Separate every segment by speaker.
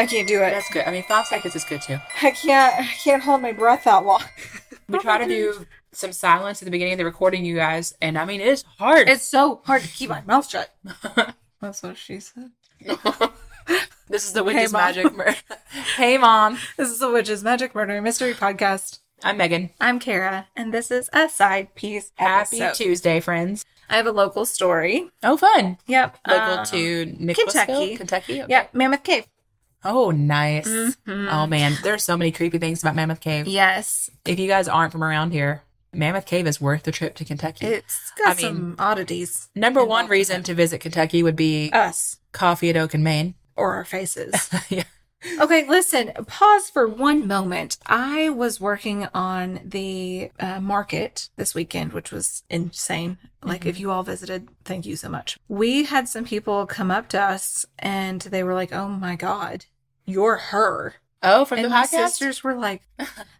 Speaker 1: I can't do it.
Speaker 2: That's good. I mean, five seconds is good too.
Speaker 1: I can't. I can't hold my breath that long.
Speaker 2: We try to do some silence at the beginning of the recording, you guys, and I mean, it's hard.
Speaker 1: It's so hard to keep my mouth shut. That's what she said.
Speaker 2: this is the witch's
Speaker 1: Mom.
Speaker 2: magic. Mur- hey, mom.
Speaker 1: This is the Witch's Magic Murder Mystery Podcast.
Speaker 2: I'm Megan.
Speaker 1: I'm Kara, and this is a side piece
Speaker 2: Happy
Speaker 1: episode.
Speaker 2: Tuesday, friends.
Speaker 1: I have a local story.
Speaker 2: Oh, fun.
Speaker 1: Yep.
Speaker 2: Local
Speaker 1: um,
Speaker 2: to Nicholasville,
Speaker 1: Kentucky.
Speaker 2: Kentucky. Okay.
Speaker 1: Yep. Mammoth Cave.
Speaker 2: Oh, nice.
Speaker 1: Mhm.
Speaker 2: Oh man, there are so many creepy things about Mammoth Cave.
Speaker 1: Yes.
Speaker 2: If you guys aren't from around here, Mammoth Cave is worth the trip to Kentucky.
Speaker 1: It's got
Speaker 2: I mean-
Speaker 1: some oddities.
Speaker 2: Number one
Speaker 1: involved in
Speaker 2: reason to visit Kentucky Oh. would be
Speaker 1: Us
Speaker 2: coffee at Oak and Maine.
Speaker 1: or our faces.
Speaker 2: yeah.
Speaker 1: Okay, listen, pause for one moment. I was working on the uh, market this weekend, which was insane. Like,
Speaker 2: Mm-hmm.
Speaker 1: if you all visited, thank you so much. We had some people come up to us and they were like, oh my God, you're her.
Speaker 2: Oh, from
Speaker 1: and
Speaker 2: the
Speaker 1: my
Speaker 2: podcast.
Speaker 1: sisters were like,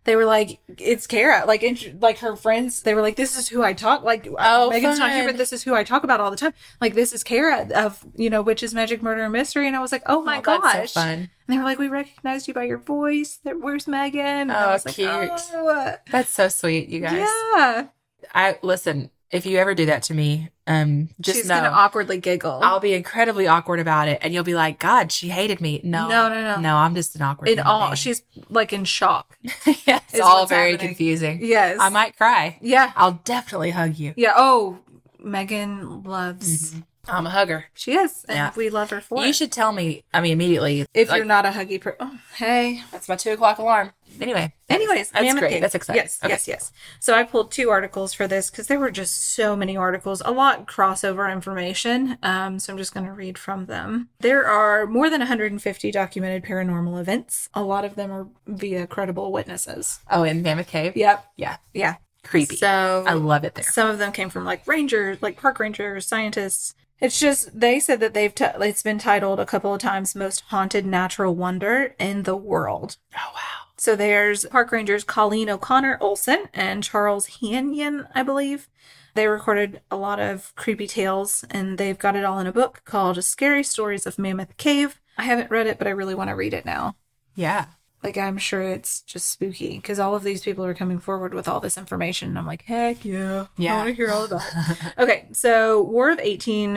Speaker 1: they were like, it's Kara. Like, int- like her friends, they were like, this is who I talk. Like, uh,
Speaker 2: Oh,
Speaker 1: Megan's not here,
Speaker 2: fun.
Speaker 1: but this is who I talk about all the time. Like, this is Kara of, you know, Witches, Magic, Murder, and Mystery. And I was like, oh my
Speaker 2: Oh,
Speaker 1: gosh.
Speaker 2: that's so fun.
Speaker 1: And they were like, "We recognized you by your voice. That where's Megan?" And I
Speaker 2: Oh,
Speaker 1: was like,
Speaker 2: cute.
Speaker 1: "Oh, uh,
Speaker 2: That's so sweet, you guys.
Speaker 1: yeah.
Speaker 2: I listen. If you ever do that to me, um, just
Speaker 1: She's
Speaker 2: know
Speaker 1: gonna awkwardly giggle.
Speaker 2: I'll be incredibly awkward about it, and you'll be like, "God, she hated me." No,
Speaker 1: no, no, no,
Speaker 2: no. I'm just an awkward.
Speaker 1: In
Speaker 2: human
Speaker 1: all,
Speaker 2: being.
Speaker 1: she's like in shock.
Speaker 2: yeah, it's
Speaker 1: is
Speaker 2: all
Speaker 1: what's
Speaker 2: very
Speaker 1: happening.
Speaker 2: confusing.
Speaker 1: Yes.
Speaker 2: I might cry.
Speaker 1: Yeah.
Speaker 2: I'll definitely hug you.
Speaker 1: Yeah. Oh, Megan loves.
Speaker 2: I'm a hugger.
Speaker 1: She is, and
Speaker 2: Mm-hmm. Yeah.
Speaker 1: we love her for
Speaker 2: You
Speaker 1: it.
Speaker 2: should tell me. I mean, immediately.
Speaker 1: if
Speaker 2: like,
Speaker 1: you're not a huggy person, oh, hey.
Speaker 2: that's my two o'clock alarm. Anyway,
Speaker 1: Anyways,
Speaker 2: That's
Speaker 1: Mammoth
Speaker 2: great.
Speaker 1: Cave.
Speaker 2: That's exciting.
Speaker 1: Yes,
Speaker 2: Okay.
Speaker 1: yes, yes. So I pulled two articles for this because there were just so many articles, a lot crossover information. Um, so I'm just going to read from them. There are more than 150 documented paranormal events. A lot of them are via credible witnesses.
Speaker 2: oh, in Mammoth Cave.
Speaker 1: Yep.
Speaker 2: Yeah.
Speaker 1: Yeah.
Speaker 2: creepy.
Speaker 1: So
Speaker 2: I love it there.
Speaker 1: some of them came from like rangers, like park rangers, scientists. It's just they said that they've t- it's been titled a couple of times most haunted natural wonder in the world.
Speaker 2: Oh wow.
Speaker 1: So there's park rangers Colleen O'Connor Olson and Charles Hanyon, I believe. They recorded a lot of creepy tales and they've got it all in a book called Scary Stories of Mammoth Cave. I haven't read it, but I really want to read it now.
Speaker 2: Yeah.
Speaker 1: Like, I'm sure it's just spooky because all of these people are coming forward with all this information. And I'm like, heck yeah. I
Speaker 2: Yeah.
Speaker 1: want to hear all about it. okay. So, War of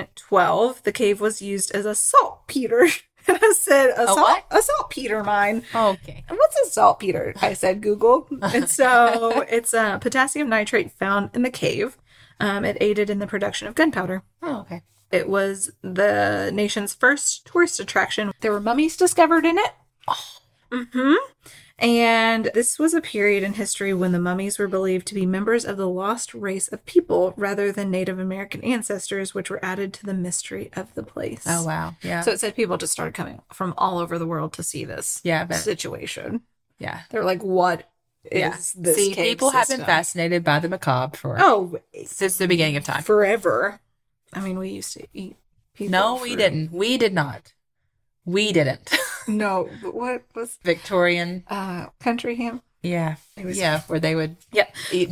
Speaker 1: 1812, the cave was used as a saltpeter. and I said, a,
Speaker 2: A
Speaker 1: salt,
Speaker 2: what?
Speaker 1: a saltpeter mine.
Speaker 2: Okay.
Speaker 1: What's a saltpeter? I said, Google. And so it's uh, potassium nitrate found in the cave. Um, it aided in the production of gunpowder.
Speaker 2: Oh okay.
Speaker 1: It was the nation's first tourist attraction. There were mummies discovered in it.
Speaker 2: Mm-hmm.
Speaker 1: hmm And this was a period in history when the mummies were believed to be members of the lost race of people rather than Native American ancestors, which were added to the mystery of the place.
Speaker 2: Oh wow. Yeah.
Speaker 1: So it said people just started coming from all over the world to see this
Speaker 2: yeah, but
Speaker 1: situation.
Speaker 2: yeah.
Speaker 1: They're like, what is
Speaker 2: Yeah.
Speaker 1: this?
Speaker 2: See,
Speaker 1: cave
Speaker 2: people have been
Speaker 1: system?
Speaker 2: fascinated by the macabre for
Speaker 1: Oh,
Speaker 2: since the beginning of time.
Speaker 1: forever. I mean, we used to eat people.
Speaker 2: No, we
Speaker 1: for-
Speaker 2: didn't. We did not. We didn't.
Speaker 1: No, but what was
Speaker 2: Victorian.
Speaker 1: uh country ham?
Speaker 2: Yeah.
Speaker 1: It was-
Speaker 2: yeah, where they would
Speaker 1: Yeah.
Speaker 2: eat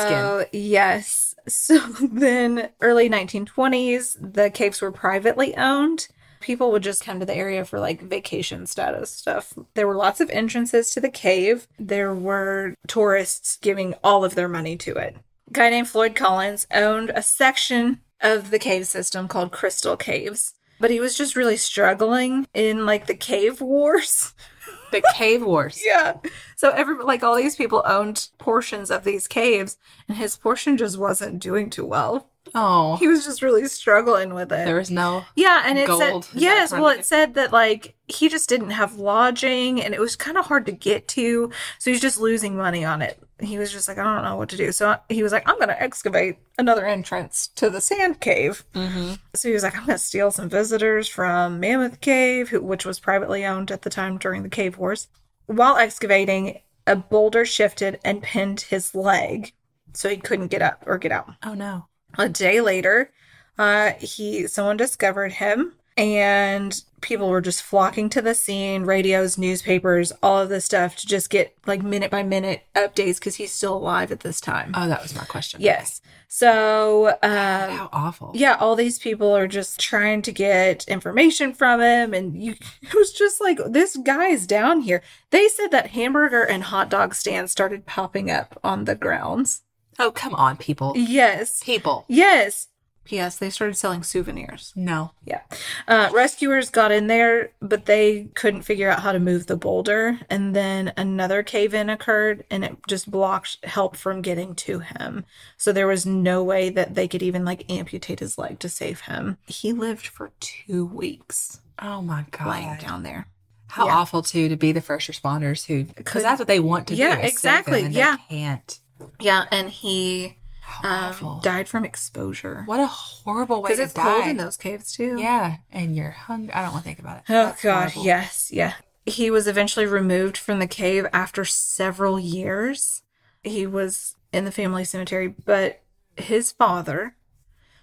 Speaker 2: skin.
Speaker 1: so, Yes. So then, early 1920s, the caves were privately owned. People would just come to the area for like vacation status stuff. There were lots of entrances to the cave. There were tourists giving all of their money to it. A guy named Floyd Collins owned a section of the cave system called Crystal Caves, but he was just really struggling in like the cave wars.
Speaker 2: The cave wars.
Speaker 1: Yeah. So every like all these people owned portions of these caves, and his portion just wasn't doing too well.
Speaker 2: Oh.
Speaker 1: He was just really struggling with it.
Speaker 2: There was no
Speaker 1: yeah, and it
Speaker 2: gold
Speaker 1: said
Speaker 2: in that
Speaker 1: yes.
Speaker 2: part
Speaker 1: Well,
Speaker 2: of
Speaker 1: it said that like he just didn't have lodging, and it was kind of hard to get to. So he was just losing money on it. He was just like, I don't know what to do. So I- he was like, I'm going to excavate another entrance to the sand cave.
Speaker 2: mm-hmm.
Speaker 1: So he was like, I'm going to steal some visitors from Mammoth Cave, who, which was privately owned at the time during the cave wars. While excavating, a boulder shifted and pinned his leg, so he couldn't get up or get out.
Speaker 2: Oh no.
Speaker 1: A day later, uh, he someone discovered him and people were just flocking to the scene radios newspapers all of this stuff to just get like minute by minute updates because he's still alive at this time
Speaker 2: Oh, that was my question.
Speaker 1: yes so
Speaker 2: Okay.
Speaker 1: um,
Speaker 2: How awful.
Speaker 1: yeah all these people are just trying to get information from him and you it was just like this guy's down here they said that hamburger and hot dog stands started popping up on the grounds
Speaker 2: Oh, come on, people.
Speaker 1: yes
Speaker 2: People.
Speaker 1: yes yes they started selling souvenirs
Speaker 2: No.
Speaker 1: yeah. Uh, rescuers got in there, but they couldn't figure out how to move the boulder. And then another cave in occurred and it just blocked help from getting to him. So there was no way that they could even like amputate his leg to save him. He lived for two weeks
Speaker 2: Oh my god.
Speaker 1: lying down there.
Speaker 2: How
Speaker 1: Yeah.
Speaker 2: awful too to be the first responders who because that's what they want to
Speaker 1: Yeah,
Speaker 2: do. is save
Speaker 1: exactly,
Speaker 2: them and they
Speaker 1: yeah.
Speaker 2: can't.
Speaker 1: Yeah. And he
Speaker 2: How awful.
Speaker 1: um, died from exposure.
Speaker 2: What a horrible way
Speaker 1: Because
Speaker 2: to
Speaker 1: it's
Speaker 2: die.
Speaker 1: cold in those caves too.
Speaker 2: yeah, and you're hungry. I don't want to think about it.
Speaker 1: Oh
Speaker 2: That's
Speaker 1: god,
Speaker 2: horrible.
Speaker 1: yes, yeah. He was eventually removed from the cave after several years. He was in the family cemetery, but his father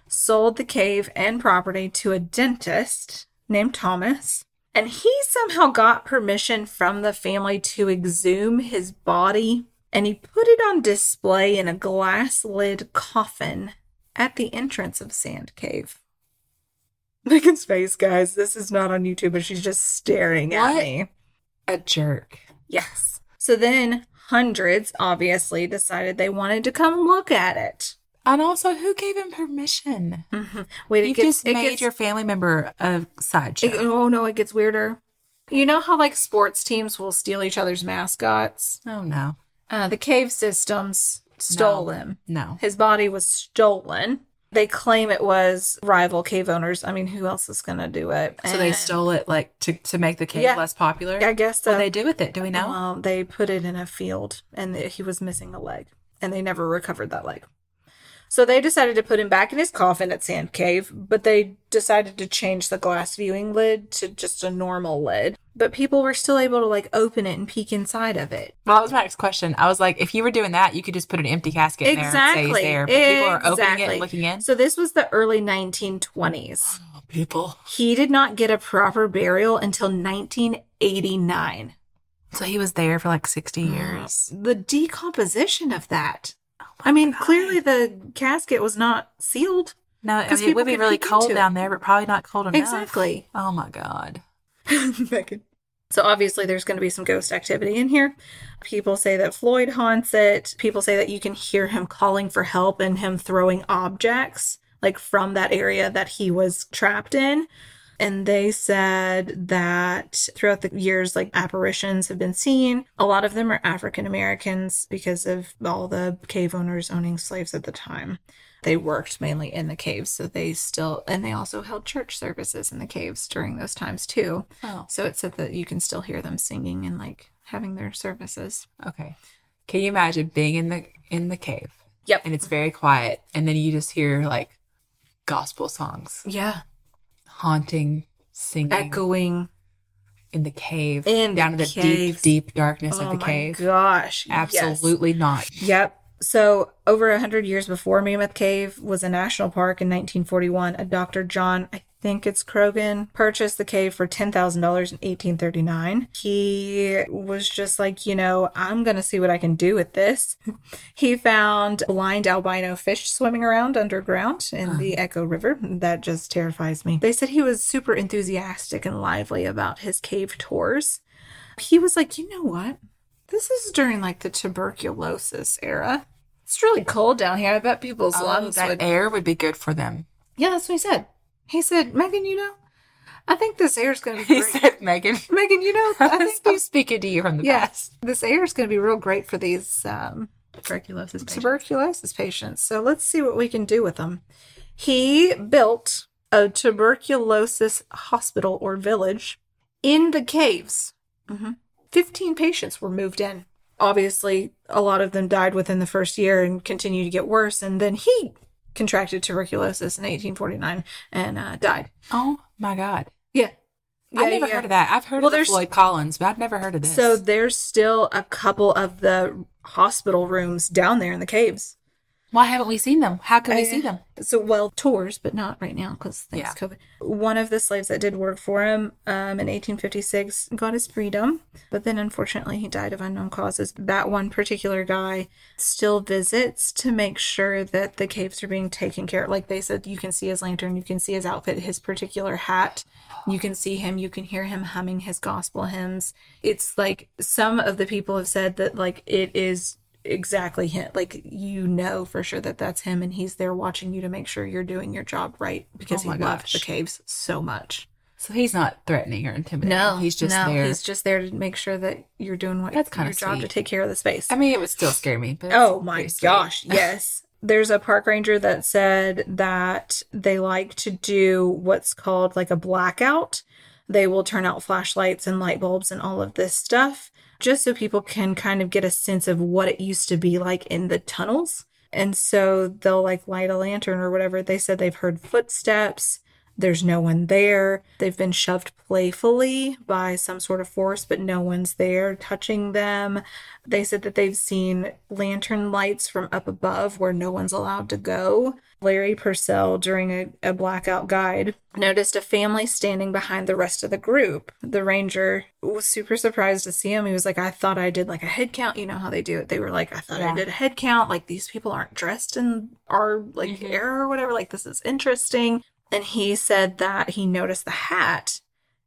Speaker 1: sold the cave and property to a dentist named Thomas, and he somehow got permission from the family to exhume his body and he put it on display in a glass lid coffin at the entrance of Sand Cave. Megan's face, guys. This is not on YouTube, but she's just staring at
Speaker 2: What?
Speaker 1: me.
Speaker 2: A jerk.
Speaker 1: Yes. So then hundreds obviously decided they wanted to come look at it.
Speaker 2: And also, who gave him permission?
Speaker 1: Wait, it
Speaker 2: You've
Speaker 1: gets,
Speaker 2: just
Speaker 1: it
Speaker 2: made
Speaker 1: gets-
Speaker 2: your family member a sideshow.
Speaker 1: it- oh no, it gets weirder. You know how like sports teams will steal each other's mascots?
Speaker 2: oh no,
Speaker 1: Uh, the cave systems stole
Speaker 2: No.
Speaker 1: him.
Speaker 2: no.
Speaker 1: His body was stolen. They claim it was rival cave owners. I mean, who else is gonna do it?
Speaker 2: So they
Speaker 1: And-
Speaker 2: stole it like to to make the cave
Speaker 1: Yeah.
Speaker 2: less popular.
Speaker 1: I guess so.
Speaker 2: What do they do with it? Do we know?
Speaker 1: Well, they put it in a field and th- he was missing a leg and they never recovered that leg. So they decided to put him back in his coffin at Sand Cave, but they decided to change the glass viewing lid to just a normal lid. But people were still able to like open it and peek inside of it.
Speaker 2: Well, that was my next question. I was like, if you were doing that, you could just put an empty casket in
Speaker 1: exactly.
Speaker 2: there and say he's there. But people are opening it
Speaker 1: Exactly.
Speaker 2: and looking in.
Speaker 1: So this was the early 1920s.
Speaker 2: People.
Speaker 1: He did not get a proper burial until 1989.
Speaker 2: So he was there for like 60 years.
Speaker 1: the decomposition of that.
Speaker 2: Oh
Speaker 1: I mean, clearly the casket was not sealed.
Speaker 2: No, I
Speaker 1: 'Cause
Speaker 2: mean, it
Speaker 1: people
Speaker 2: would be
Speaker 1: can
Speaker 2: really
Speaker 1: peek
Speaker 2: cold
Speaker 1: into it.
Speaker 2: down there, but probably not cold enough.
Speaker 1: Exactly.
Speaker 2: Oh my God.
Speaker 1: So obviously there's going to be some ghost activity in here. People say that Floyd haunts it. People say that you can hear him calling for help and him throwing objects like from that area that he was trapped in. And they said that throughout the years, like apparitions have been seen. A lot of them are African Americans because of all the cave owners owning slaves at the time. They worked mainly in the caves, so they still, and they also held church services in the caves during those times too.
Speaker 2: Oh,
Speaker 1: So it said that you can still hear them singing and like having their services.
Speaker 2: okay. Can you imagine being in the in the cave
Speaker 1: Yep.
Speaker 2: and it's very quiet, and then you just hear like gospel songs,
Speaker 1: yeah.
Speaker 2: haunting, singing
Speaker 1: Echoing.
Speaker 2: in the cave,
Speaker 1: In the
Speaker 2: down in the
Speaker 1: cave.
Speaker 2: deep, deep darkness
Speaker 1: oh
Speaker 2: of the
Speaker 1: my
Speaker 2: cave.
Speaker 1: gosh. yes.
Speaker 2: Absolutely not.
Speaker 1: Yep. So over a hundred years before Mammoth Cave was a national park in 1941, a Dr. John, I think it's Krogan, purchased the cave for ten thousand dollars in 1839. He was just like, you know, I'm gonna see what I can do with this. he found blind albino fish swimming around underground in the
Speaker 2: Ah.
Speaker 1: Echo River. That just terrifies me. They said he was super enthusiastic and lively about his cave tours. He was like, you know what? This is during like the tuberculosis era. It's really cold down here. I bet people's
Speaker 2: Oh,
Speaker 1: lungs
Speaker 2: that
Speaker 1: would.
Speaker 2: air would be good for them.
Speaker 1: Yeah, that's what he said. He said, Megan, you know, I think this air's going to be
Speaker 2: He
Speaker 1: great.
Speaker 2: said, Megan,
Speaker 1: Megan, you know, I
Speaker 2: I
Speaker 1: think
Speaker 2: think I'm speaking to you from the
Speaker 1: yes, this air is going to be real great for these um,
Speaker 2: past. Tuberculosis.
Speaker 1: tuberculosis patients. So let's see what we can do with them. He built a tuberculosis hospital or village in the caves.
Speaker 2: Mm-hmm.
Speaker 1: 15 patients were moved in. Obviously, a lot of them died within the first year and continued to get worse. And then he contracted tuberculosis in 1849 and uh, died.
Speaker 2: Oh my God.
Speaker 1: Yeah.
Speaker 2: I've never heard of that. I've heard
Speaker 1: Well,
Speaker 2: of the
Speaker 1: there's-
Speaker 2: Floyd Collins, but I've never heard of this.
Speaker 1: So there's still a couple of the hospital rooms down there in the caves.
Speaker 2: Why haven't we seen them? How can we see them?
Speaker 1: So, well, tours, but not right now because thanks
Speaker 2: Yeah.
Speaker 1: COVID. One of the slaves that did work for him um, in 1856 got his freedom, but then unfortunately he died of unknown causes. That one particular guy still visits to make sure that the caves are being taken care of. Like they said, you can see his lantern, you can see his outfit, his particular hat, you can see him, you can hear him humming his gospel hymns. It's like some of the people have said that, like, it is exactly him like you know for sure that that's him and he's there watching you to make sure you're doing your job right because
Speaker 2: Oh
Speaker 1: he
Speaker 2: my
Speaker 1: loved the
Speaker 2: gosh.
Speaker 1: caves so much
Speaker 2: So he's not threatening or intimidating. he's just
Speaker 1: no,
Speaker 2: there.
Speaker 1: he's just there to make sure that you're doing what
Speaker 2: That's
Speaker 1: that's
Speaker 2: kinda
Speaker 1: your job to
Speaker 2: sweet.
Speaker 1: take care of the space
Speaker 2: I mean, it would still scare me. But
Speaker 1: oh my
Speaker 2: pretty sweet.
Speaker 1: gosh yes there's a park ranger that said that they like to do what's called like a blackout they will turn out flashlights and light bulbs and all of this stuff just so people can kind of get a sense of what it used to be like in the tunnels and so they'll like light a lantern or whatever they said they've heard footsteps there's no one there they've been shoved playfully by some sort of force but no one's there touching them they said that they've seen lantern lights from up above where no one's allowed to go. Larry Purcell, during a, a blackout guide, noticed a family standing behind the rest of the group. The ranger was super surprised to see him. He was like, I thought I did like a head count. You know how they do it. They were like, I thought I
Speaker 2: Yeah.
Speaker 1: did a head count. Like, these people aren't dressed in our like
Speaker 2: Mhm.
Speaker 1: era or whatever. Like, this is interesting. And he said that he noticed the hat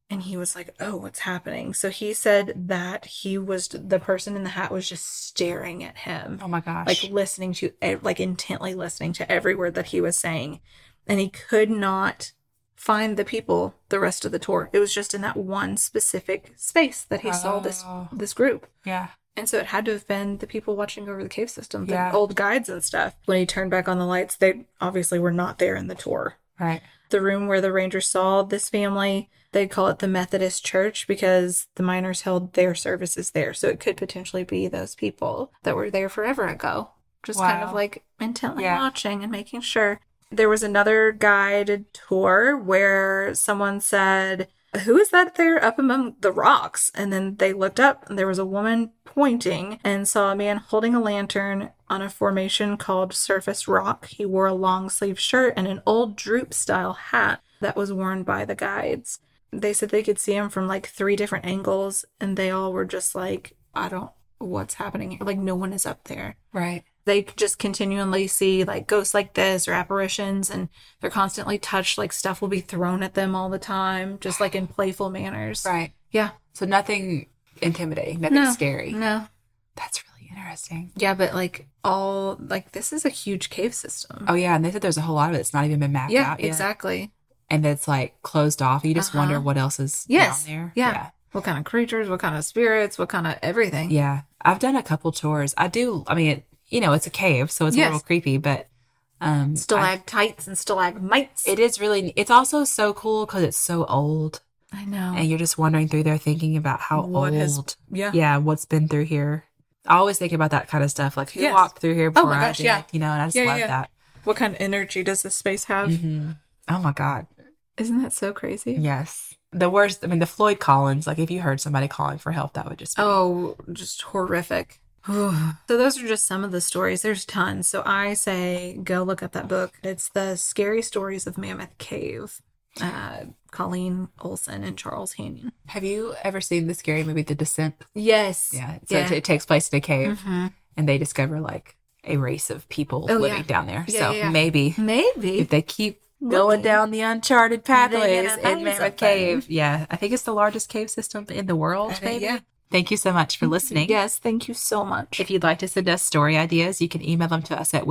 Speaker 1: and he was like, "Oh, what's happening?" So he said that he was the person in the hat was just staring at him,
Speaker 2: Oh my gosh.
Speaker 1: like listening to ev- like intently listening to every word that he was saying, and he could not find the people the rest of the tour. It was just in that one specific space that he saw this
Speaker 2: Oh.
Speaker 1: this group.
Speaker 2: yeah.
Speaker 1: And so it had to have been the people watching over the cave system, the
Speaker 2: Yeah.
Speaker 1: old guides and stuff. When he turned back on the lights, they obviously were not there in the tour
Speaker 2: Right.
Speaker 1: the room where the ranger saw this family they call it the methodist church because the miners held their services there so it could potentially be those people that were there forever ago just kind of
Speaker 2: Wow.
Speaker 1: like intently
Speaker 2: Yeah.
Speaker 1: watching and making sure there was another guided tour where someone said who is that there up among the rocks? And then they looked up and there was a woman pointing and saw a man holding a lantern on a formation called Surface Rock. He wore a long sleeve shirt and an old droop style hat that was worn by the guides. They said they could see him from like three different angles and they all were just like, I don't, what's happening here? Like, no one is up there
Speaker 2: Right.
Speaker 1: they just continually see like ghosts like this or apparitions and they're constantly touched like stuff will be thrown at them all the time just like in playful manners
Speaker 2: Right.
Speaker 1: yeah
Speaker 2: So nothing intimidating. Nothing
Speaker 1: No.
Speaker 2: scary.
Speaker 1: no
Speaker 2: That's really interesting.
Speaker 1: yeah but like all like this is a huge cave system
Speaker 2: Oh yeah, and they said there's a whole lot of it that's not even been mapped
Speaker 1: yeah
Speaker 2: out yet,
Speaker 1: exactly
Speaker 2: and that's like closed off. You just
Speaker 1: Uh-huh.
Speaker 2: wonder what else is
Speaker 1: Yes.
Speaker 2: down there.
Speaker 1: Yeah. what kind of creatures what kind of spirits what kind of everything
Speaker 2: Yeah. I've done a couple tours. I do. I mean, it, you know, it's a cave, so it's
Speaker 1: Yes.
Speaker 2: a little creepy, but um, I-
Speaker 1: stalactites and stalagmites
Speaker 2: it is really. It's also so cool because it's so old,
Speaker 1: i know
Speaker 2: and you're just wandering through there thinking about how
Speaker 1: What
Speaker 2: old.
Speaker 1: has- yeah
Speaker 2: yeah, what's been through here. I always think about that kind of stuff, like who
Speaker 1: Yes. Oh
Speaker 2: walked through here before
Speaker 1: my
Speaker 2: I
Speaker 1: gosh,
Speaker 2: did,
Speaker 1: yeah.
Speaker 2: you know, and I just
Speaker 1: Yeah, yeah,
Speaker 2: love
Speaker 1: yeah.
Speaker 2: that.
Speaker 1: what kind of energy does this space have
Speaker 2: Mhm. Oh my God.
Speaker 1: isn't that so crazy
Speaker 2: Yes. The worst, I mean, the Floyd Collins, like if you heard somebody calling for help, that would just be.
Speaker 1: Oh, just horrific. so those are just some of the stories. There's tons. So I say go look up that book. It's the Scary Stories of Mammoth Cave. Uh, Colleen Olson and Charles Hanyon.
Speaker 2: Have you ever seen the scary movie, The Descent?
Speaker 1: Yes.
Speaker 2: Yeah. So
Speaker 1: Yeah.
Speaker 2: It, it takes place in a cave
Speaker 1: Mhm.
Speaker 2: and they discover like a race of people
Speaker 1: Oh,
Speaker 2: living
Speaker 1: yeah.
Speaker 2: down there.
Speaker 1: Yeah,
Speaker 2: so
Speaker 1: yeah, yeah.
Speaker 2: maybe
Speaker 1: Maybe.
Speaker 2: if they keep
Speaker 1: Looking.
Speaker 2: going down the uncharted pathways
Speaker 1: find
Speaker 2: in Mammoth
Speaker 1: something.
Speaker 2: Cave. Yeah. I think it's the largest cave system in the world,
Speaker 1: I think-
Speaker 2: maybe.
Speaker 1: yeah.
Speaker 2: Thank you so much for listening.
Speaker 1: Yes. Thank you so much.
Speaker 2: If you'd like to send us story ideas, you can email them to us at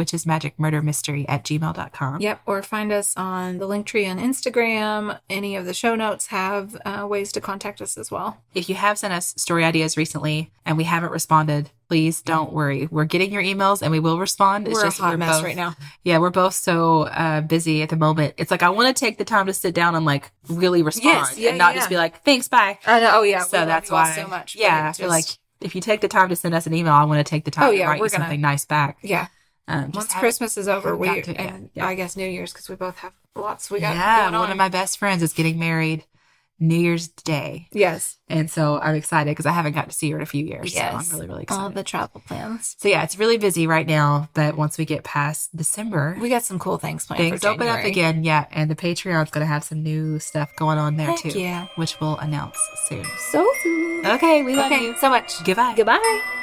Speaker 2: witchesmagicmurdermystery at gmail.com.
Speaker 1: Yep, or find us on the link tree on Instagram. Any of the show notes have uh, ways to contact us as well.
Speaker 2: If you have sent us story ideas recently and we haven't responded, please don't worry. We're getting your emails and we will respond.
Speaker 1: we're a hot mess
Speaker 2: both-
Speaker 1: right now.
Speaker 2: Yeah, we're both so uh, busy at the moment. It's like I want to take the time to sit down and like really respond
Speaker 1: yeah,
Speaker 2: and not
Speaker 1: yeah.
Speaker 2: just be like, thanks, bye.
Speaker 1: I know, oh yeah,
Speaker 2: so
Speaker 1: love
Speaker 2: that's
Speaker 1: you all
Speaker 2: why.
Speaker 1: so much. but
Speaker 2: yeah,
Speaker 1: it
Speaker 2: I feel like
Speaker 1: just-
Speaker 2: if you take the time to send us an email, I want to take the time
Speaker 1: Oh,
Speaker 2: to
Speaker 1: yeah,
Speaker 2: write you
Speaker 1: we're gonna-
Speaker 2: something nice back.
Speaker 1: yeah.
Speaker 2: Um, just
Speaker 1: Once
Speaker 2: have-
Speaker 1: Christmas is over,
Speaker 2: haven't
Speaker 1: we
Speaker 2: gotten to it yet.
Speaker 1: and
Speaker 2: Yeah.
Speaker 1: I guess New Year's because we both have lots we got.
Speaker 2: yeah,
Speaker 1: going
Speaker 2: one
Speaker 1: on.
Speaker 2: of my best friends is getting married New Year's Day.
Speaker 1: Yes.
Speaker 2: And so I'm excited because I haven't got to see her in a few years.
Speaker 1: Yes.
Speaker 2: So I'm really, really excited.
Speaker 1: travel plans.
Speaker 2: so yeah, it's really busy right now, but once we get past December,
Speaker 1: We got some cool things planned.
Speaker 2: things
Speaker 1: for
Speaker 2: open up
Speaker 1: January.
Speaker 2: again. Yeah. And the Patreon's going to have some new stuff going on there
Speaker 1: Heck
Speaker 2: too,
Speaker 1: yeah.
Speaker 2: which we'll announce soon.
Speaker 1: So soon.
Speaker 2: Okay. We love
Speaker 1: okay.
Speaker 2: you.
Speaker 1: So much.
Speaker 2: Goodbye.
Speaker 1: Goodbye.